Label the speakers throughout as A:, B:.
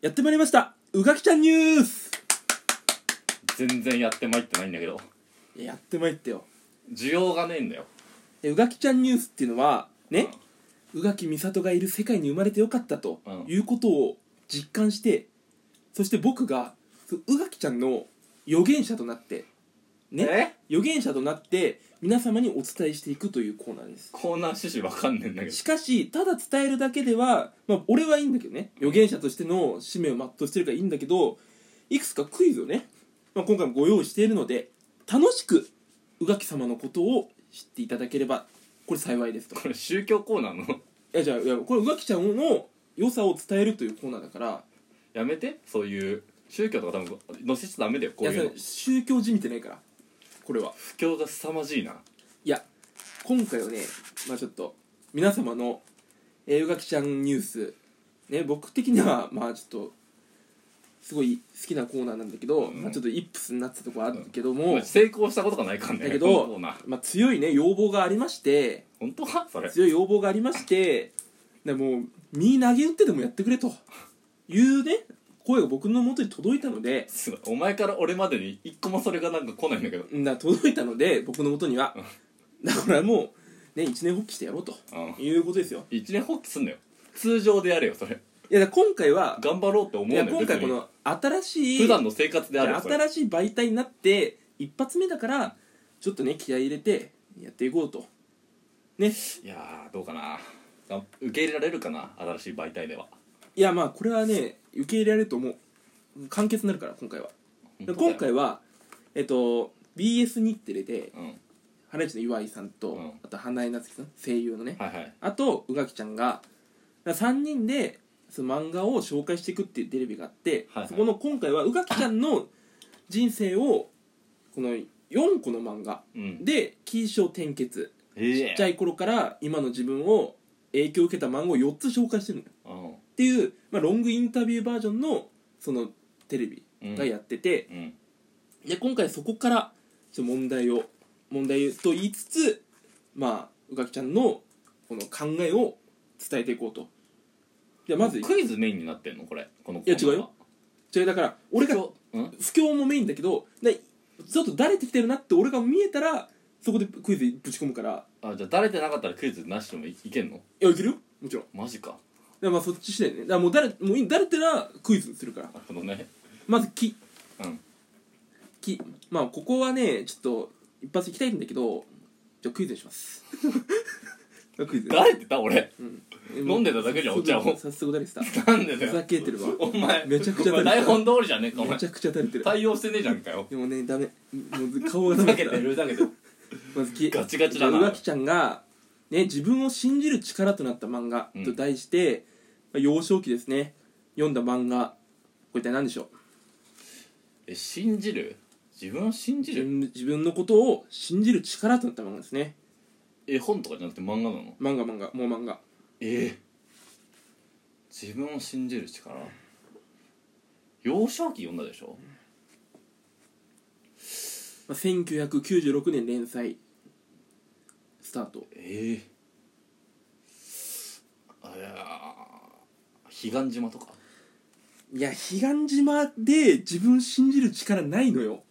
A: やってまいりましたうがきちゃんニュース
B: 全然やってまいってないんだけど
A: いややってまいってよ
B: 需要がねえんだよ
A: でうがきちゃんニュースっていうのはね宇垣美里がいる世界に生まれてよかったと
B: うん
A: いうことを実感してそして僕がその宇垣ちゃんの預言者となってね預言者となって皆様にお伝えしていくというコーナーです
B: コーナー趣旨わかんねえんだけど
A: しかしただ伝えるだけではまあ俺はいいんだけどね預言者としての使命を全うしてるからいいんだけどいくつかクイズをね、まあ、今回もご用意しているので楽しく宇垣様のことを知っていただければこれ幸いですと
B: これ宗教コーナーの
A: いやじゃあいやこれ浮気ちゃんの良さを伝えるというコーナーだから
B: やめてそういう宗教とか多分載せちゃダメだよこう
A: いや
B: い
A: そうれ宗教じみてないからこれは
B: 不況が凄まじいない
A: や今回はねまあちょっと皆様のえー、うがきちゃんニュースね僕的にはまあちょっとすごい好きなコーナーなんだけど、
B: うん
A: まあちょっとイップスになってたとこあるけども、
B: もう成功したことがないからね
A: だけ
B: このコ
A: ど
B: ーナー、
A: まあ、強いね要望がありまして
B: 本当かそれ
A: 強い要望がありましてでもう身投げ打ってでもやってくれというね声が僕の元に届いたのです
B: ごいお前から俺までに一個もそれがなんか来ないんだけど
A: な届いたので僕の元にはだからもうね一年発起してやろうと
B: うん
A: いうことですよ
B: 一年放棄すんだよ通常でやれよそれ
A: いやだから今回は
B: 頑張ろうって思う
A: い
B: ん
A: や
B: だよ
A: 今回この新しい
B: 別に普段の生活であるよそれ
A: 新しい媒体になって一発目だからちょっとね気合い入れてやっていこうとね
B: いやーどうかなが受け入れられるかな新しい媒体ではい
A: やまあこれはね受け入れられると思う簡潔になるから今回はで今回はえっと BS 日テレで
B: うん
A: 花市の岩井さんと、
B: うん
A: あと花江夏樹さん声優のね
B: はいはい
A: あと宇垣ちゃんが3人でその漫画を紹介していくっていうテレビがあって、
B: はいはい
A: そこの今回は宇垣ちゃんの人生をこの4個の漫画
B: うん
A: で起承転結
B: え
A: ちっちゃ
B: い
A: い頃から今の自分を影響を受けた漫画を4つ紹介してるのよっていう、まあ、ロングインタビューバージョンのそのテレビ
B: うん
A: がやってて、
B: うん
A: で今回そこからちょっと問題を問題と言いつつまあ宇垣ちゃんのこの考えを伝えていこうとじゃあまずい
B: クイズメインになってんのこれこのコー
A: や
B: ナ
A: 違
B: ー
A: うよやだから俺が
B: うん
A: 不況もメインだけどでちょっとだれてきてるなって俺が見えたらそこでクイズぶち込むから
B: あじゃあ誰でなかったらクイズなしでもいいけんの
A: いやいけるよもちろん
B: マジか
A: でまあそっち次第ねだからもう誰もういい誰てらクイズするから
B: なるほどね
A: まず木
B: うん
A: 木まあここはねちょっと一発いきたいんだけどじゃあクイズにしますクイズ
B: 誰ってた俺
A: 飲
B: 飲んでただけじゃんお茶を
A: 早速誰でしたふ
B: なんでだ
A: ざ
B: よ
A: けてるわ
B: お前
A: めちゃくちゃ
B: お前台本通りじゃねえかお
A: め
B: 前
A: ちゃくちゃ垂れてる
B: 対応してねえじゃんかよ
A: でもねダメもう顔が
B: ふ
A: ダ
B: ざ
A: メ
B: け
A: だ
B: てるふざけてる
A: まずき
B: ガチガチだな
A: うわきちゃんが、ね、自分を信じる力となった漫画
B: うん
A: と題して、まあ幼少期ですね読んだ漫画これ一体何でしょう
B: え信じる自分を信じ
A: 自
B: る
A: 分自分のことを信じる力となった漫画ですね
B: 絵本とかじゃなくて漫画なの
A: 漫画漫画もう漫画
B: ええ自分を信じる力幼少期読んだでしょ
A: まあ、1996年連載スタート
B: ええあいやー彼岸島とか
A: いや彼岸島で自分信じる力ないのよ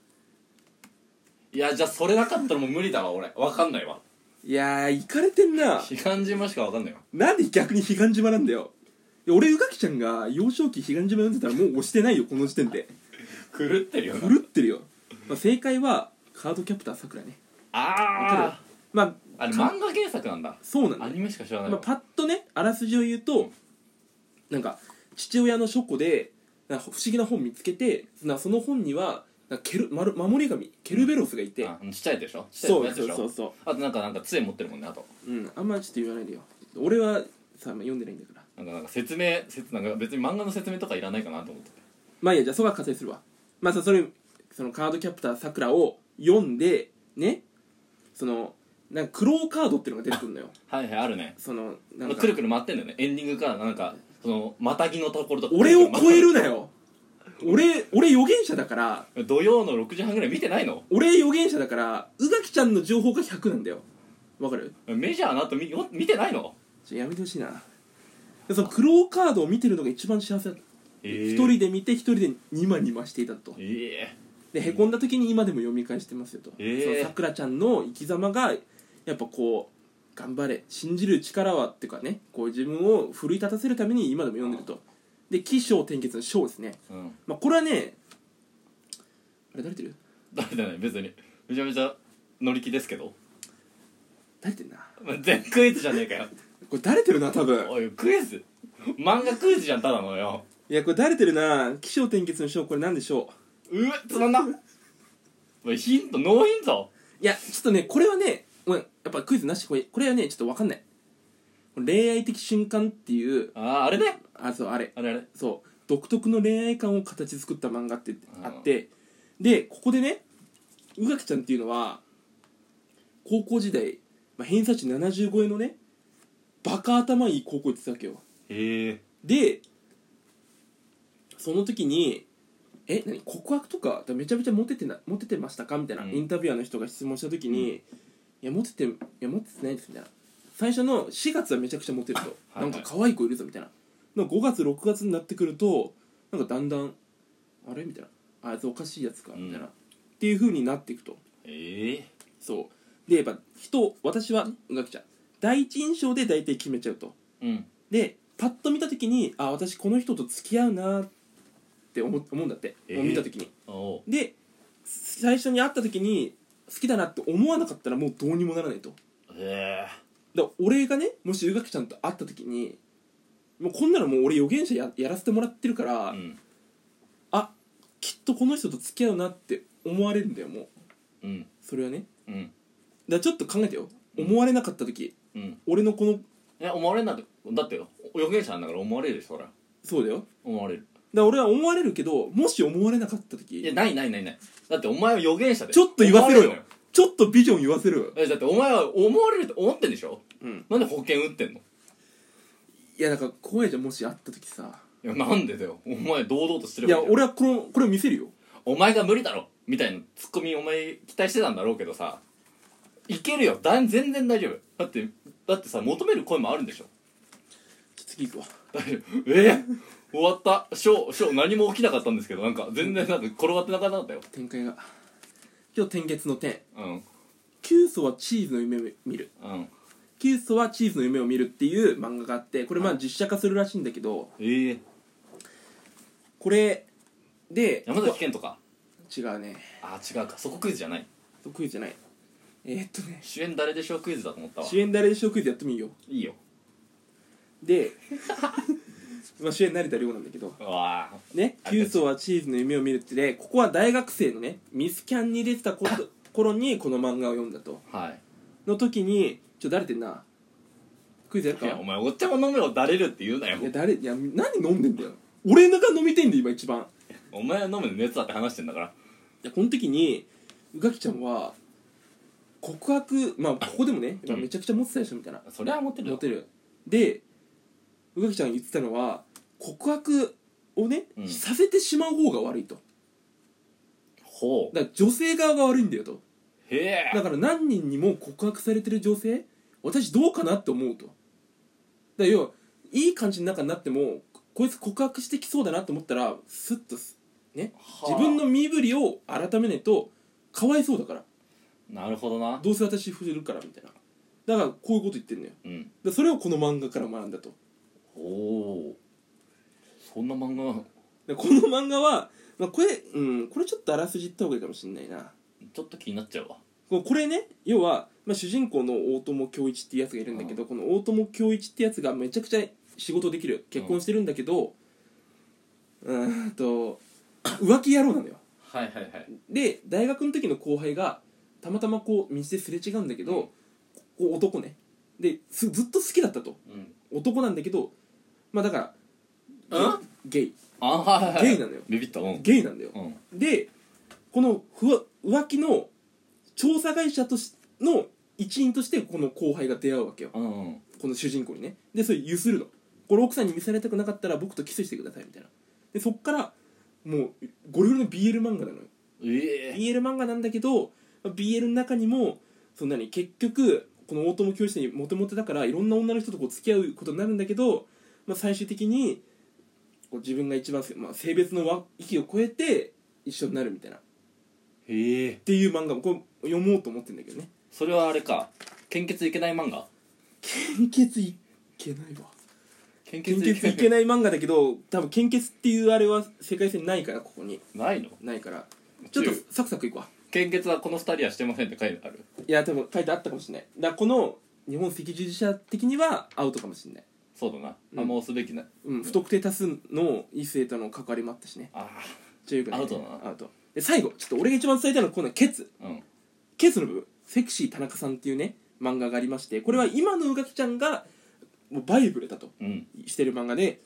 B: いやじゃあそれなかったらもう無理だわ俺わかんないわ
A: いやーいかれてんな
B: 彼岸島しかわかんないわ
A: なんで逆に彼岸島なんだよいや俺宇垣ちゃんが幼少期彼岸島読んでたらもう押してないよこの時点で
B: 狂ってるよ
A: 狂
B: な
A: ってるよ、まあ、正解はカードキャプターさくらね
B: ああ
A: まあ
B: あれ漫画原作なんだ
A: そうなんだ
B: アニメしか知らない
A: まあ、
B: わ
A: パッとねあらすじを言うとなんか父親の書庫でなんか不思議な本見つけてなその本にはなんかケルまる守り神ケルベロスがいて、
B: あちっちゃいやつでしょちっちゃい
A: そう
B: やつ
A: そ
B: で
A: う
B: しょ
A: そうそ
B: あとなんかなんか杖持ってるもんねあと
A: う、うん、あんまちょっと言わないでよ俺はさ、まあ、読んでないんだから
B: なんかなんか説明説なんか別に漫画の説明とかいらないかなと思って
A: まあいいやじゃあそこは仮定するわまあさそれそのカードキャプターさくらを読んでねそのなんかクローカードっていうのが出てくるのよ
B: はいはいあるね
A: そのな
B: ま
A: ん
B: あ
A: か
B: くるくる回ってんだよねエンディングからなんかそのまたぎのところとか
A: 俺を超え
B: る
A: るなよ俺俺預言者だから
B: くるくる回って土曜の6時半ぐらい見てないの
A: 俺預言者だから宇垣ちゃんの情報が100なんだよわかる
B: メジャーなと見見てないの
A: ちょやめてほしいなでそのクローカードを見てるのが一番幸せだ一人で見て一人でニマニマしていたと
B: ええ
A: でへこんだ時に今でも読み返してますよと、
B: ええ
A: そのさくらちゃんの生き様がやっぱこう頑張れ信じる力はっていうかねこう自分を奮い立たせるために今でも読んでるとで「起承転結」の「章」ですね、
B: うん
A: まあ、これはねあれ誰てる
B: 誰だね別にめちゃめちゃ乗り気ですけど
A: 誰てるな
B: まあ全クイズじゃねえかよ
A: これ誰てるな多分
B: おいクイズ漫画クイズじゃんただのよ
A: いやこれ誰てるな起承転結の章これ何でしょ
B: うえつまんなおいヒントノーヒント
A: ういやちょっとねこれはねごめんやっぱクイズなしこれこれはねちょっと分かんない恋愛的瞬間っていう
B: あああれね
A: あそうあれ
B: あれあれ
A: そう独特の恋愛観を形作った漫画ってあって、でここでね宇垣ちゃんっていうのは高校時代、まあ、偏差値70超えのねバカ頭いい高校行ってたわけよ
B: へえ
A: でその時に「え何告白とかめちゃめちゃモテてなモテてましたか?」みたいな、
B: うん
A: インタビュアーの人が質問した時に「いやモテていやモテてないです」みたいな最初の4月はめちゃくちゃモテると、
B: はいはい
A: なんか可愛い子いるぞみたいなの5月6月になってくるとなんかだんだん「あれ?」みたいな「あいつおかしいやつか」みたいな、
B: うん
A: っていう風になっていくと
B: ええ
A: そうでやっぱ人私は宇垣ちゃん第一印象で大体決めちゃうと
B: うん
A: でパッと見た時にあ私この人と付き合うなって思思うんだって、
B: えー
A: もう見た時に
B: おう
A: で最初に会った時に好きだなって思わなかったらもうどうにもならないと
B: へえ
A: だから俺がねもし宇垣ちゃんと会った時にもうこんなのもう俺予言者ややらせてもらってるから、
B: うん
A: あきっとこの人と付き合うなって思われるんだよもう
B: うん
A: それはね
B: う
A: だ
B: ん
A: からちょっと考えてよ
B: うん
A: 思われなかった時、
B: うん
A: 俺のこの
B: え思われんなってだって予言者なんだから思われるでしょそりゃ
A: そうだよだか
B: 思われる
A: ら俺は思われるけどもし思われなかった時
B: いやないないないないだってお前は予言者で
A: ちょっと言わせろ
B: 思
A: よ
B: われるの
A: ちょっとビジョン言わせる
B: えだってお前は思われると思ってんでしょ
A: うん
B: なんで保険打ってんの
A: いやだから怖いじゃんもし会った時さ
B: いやなんでだよお前堂々としてる
A: いや俺はこのこれを見せるよ
B: お前が無理だろみたいなツッコミお前期待してたんだろうけどさいけるよだん全然大丈夫だってだってさ求める声もあるんでしょ
A: ちょ次行くわ
B: 大丈夫えー、終わったショーショー何も起きなかったんですけどなんか全然なんか転がってなかったよ
A: 展開が今日天月の天
B: うん
A: 急須はチーズの夢を見る
B: うん
A: 急須はチーズの夢を見るっていう漫画があってこれまあ
B: はい
A: 実写化するらしいんだけど
B: ええー、
A: これで
B: 山崎賢とか
A: 違うね
B: あー違うかそこクイズじゃない
A: 得意じゃないえー、っとね
B: 主演誰でしょうクイズだと思ったわ
A: 主演誰でしょうクイズやってもいいよ
B: いいよ
A: でまあ主演成田凌なんだけど
B: うわあ
A: ね「
B: あ
A: 急須はチーズの夢を見る」ってねここは大学生のねミスキャンに出てたこと頃にこの漫画を読んだと
B: はい
A: の時にちょ誰てんなクイズやる
B: い
A: か
B: やお前お茶も飲めろだれるって言うなよ
A: いや誰いや何飲んでんだよ俺が飲みてんで今一番
B: お前は飲むの熱だって話してんだから
A: いやこの時に宇垣ちゃんは告白まあここでもねやっぱめちゃくちゃモテたでしょみたいな
B: それはモテるよ
A: モテるで宇垣ちゃんが言ってたのは告白をね、
B: うん
A: させてしまう方が悪いと
B: ほう
A: だから女性側が悪いんだよと
B: へえ
A: だから何人にも告白されてる女性私どうかなって思うとだから要はいい感じの中になってもここいつ告白してきそうだなと思ったらスッとすね自分の身振りを改めないとかわいそうだから
B: なるほどな
A: どうせ私振れるからみたいなだからこういうこと言ってんのよだか
B: うん
A: らそれをこの漫画から学んだと
B: おおそんな漫画
A: でこの漫画は、まあ、これうんこれちょっとあらすじ言った方がいいかもしんないな
B: ちょっと気になっちゃうわ
A: こうこれね要は、まあ、主人公の大友恭一っていうやつがいるんだけど、この大友恭一ってやつがめちゃくちゃ仕事できる結婚してるんだけどうーんと 浮気野郎なのよ
B: はいはいはい
A: で大学の時の後輩がたまたまこう道ですれ違うんだけど、
B: うん
A: こう男ねですずっと好きだったと
B: うん
A: 男なんだけどまあだから
B: ん
A: ゲイ
B: あはいはいはい
A: ゲイなのよ
B: ビビったうん
A: ゲイなんだよ
B: うん
A: でこのふわ浮気の調査会社としの一員としてこの後輩が出会うわけよ
B: うんうん
A: この主人公にねでそれゆするのこれ奥さんに見せられたくなかったら僕とキスしてくださいみたいなでそっからもうゴリゴリの BL 漫画なのよ
B: ええ
A: BL 漫画なんだけどまあ BL の中にもそんなに結局この大友教師にモテモテだからいろんな女の人とこう付き合うことになるんだけど、まあ、最終的にこう自分が一番好き、まあ、性別のわ域を超えて一緒になるみたいなっ
B: へえ
A: ていう漫画もこれ読もうと思ってんだけどね
B: それはあれか献血いけない漫画
A: 献血いけないわ
B: 献
A: 献血いけない漫画だけど多分献血っていうあれは世界線ないからここに
B: ないの
A: ないからちょっとサクサクいくわ
B: 献血はこの二人はしてませんって書いてある
A: いや多分書いてあったかもしれないだからこの日本赤十字社的にはアウトかもしれない、
B: そうだな、
A: うん
B: あんま押すべきない
A: うん、不特定多数の異性との関わりもあったしね
B: あ
A: ちょよくない
B: アウトだな
A: アウトで最後ちょっと俺が一番伝えたいのはこのケツ
B: あうん
A: ケースの部分「セクシー田中さん」っていうね漫画がありましてこれは今のうがきちゃんがもうバイブルだと
B: うん
A: してる漫画で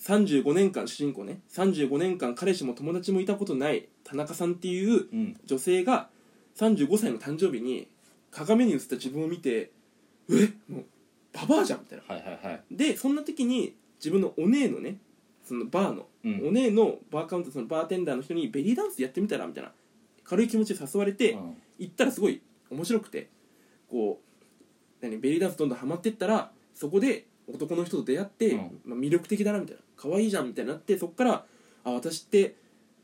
A: 35年間主人公ね35年間彼氏も友達もいたことない田中さんっていう
B: うん
A: 女性が35歳の誕生日に鏡に映った自分を見て「えもうババアじゃん」みたいな。
B: はいはいはい
A: でそんな時に自分のお姉のねそのバーの、
B: うん
A: お姉のバーカウンターそのバーテンダーの人に「ベリーダンスやってみたら?」みたいな軽い気持ちで誘われて、
B: うん
A: 行ったらすごい面白くてこう何ベリーダンスどんどんハマってったらそこで男の人と出会って、
B: うん
A: まあ、魅力的だなみたいな可愛いじゃんみたいになってそっからあ私って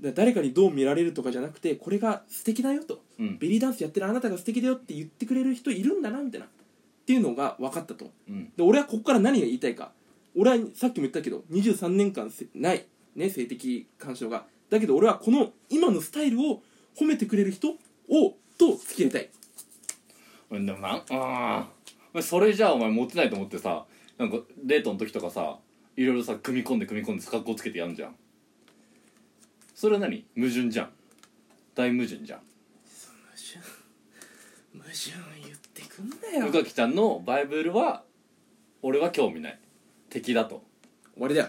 A: だ誰かにどう見られるとかじゃなくてこれが素敵だよと
B: うん
A: ベリーダンスやってるあなたが素敵だよって言ってくれる人いるんだなみたいなっていうのが分かったと
B: うん
A: で俺はここから何が言いたいか俺はさっきも言ったけど23年間せない、ね、性的干渉がだけど俺はこの今のスタイルを褒めてくれる人をと付き合いたい
B: うんでもなんああそれじゃあお前モテないと思ってさなんかデートの時とかさいろいろさ組み込んで組み込んで格好つけてやんじゃんそれは何矛盾じゃん大矛盾じゃん
A: 矛盾矛盾言ってくん
B: 宇
A: 終
B: 垣ちゃんのバイブルは俺は興味ない敵だと
A: わりだよ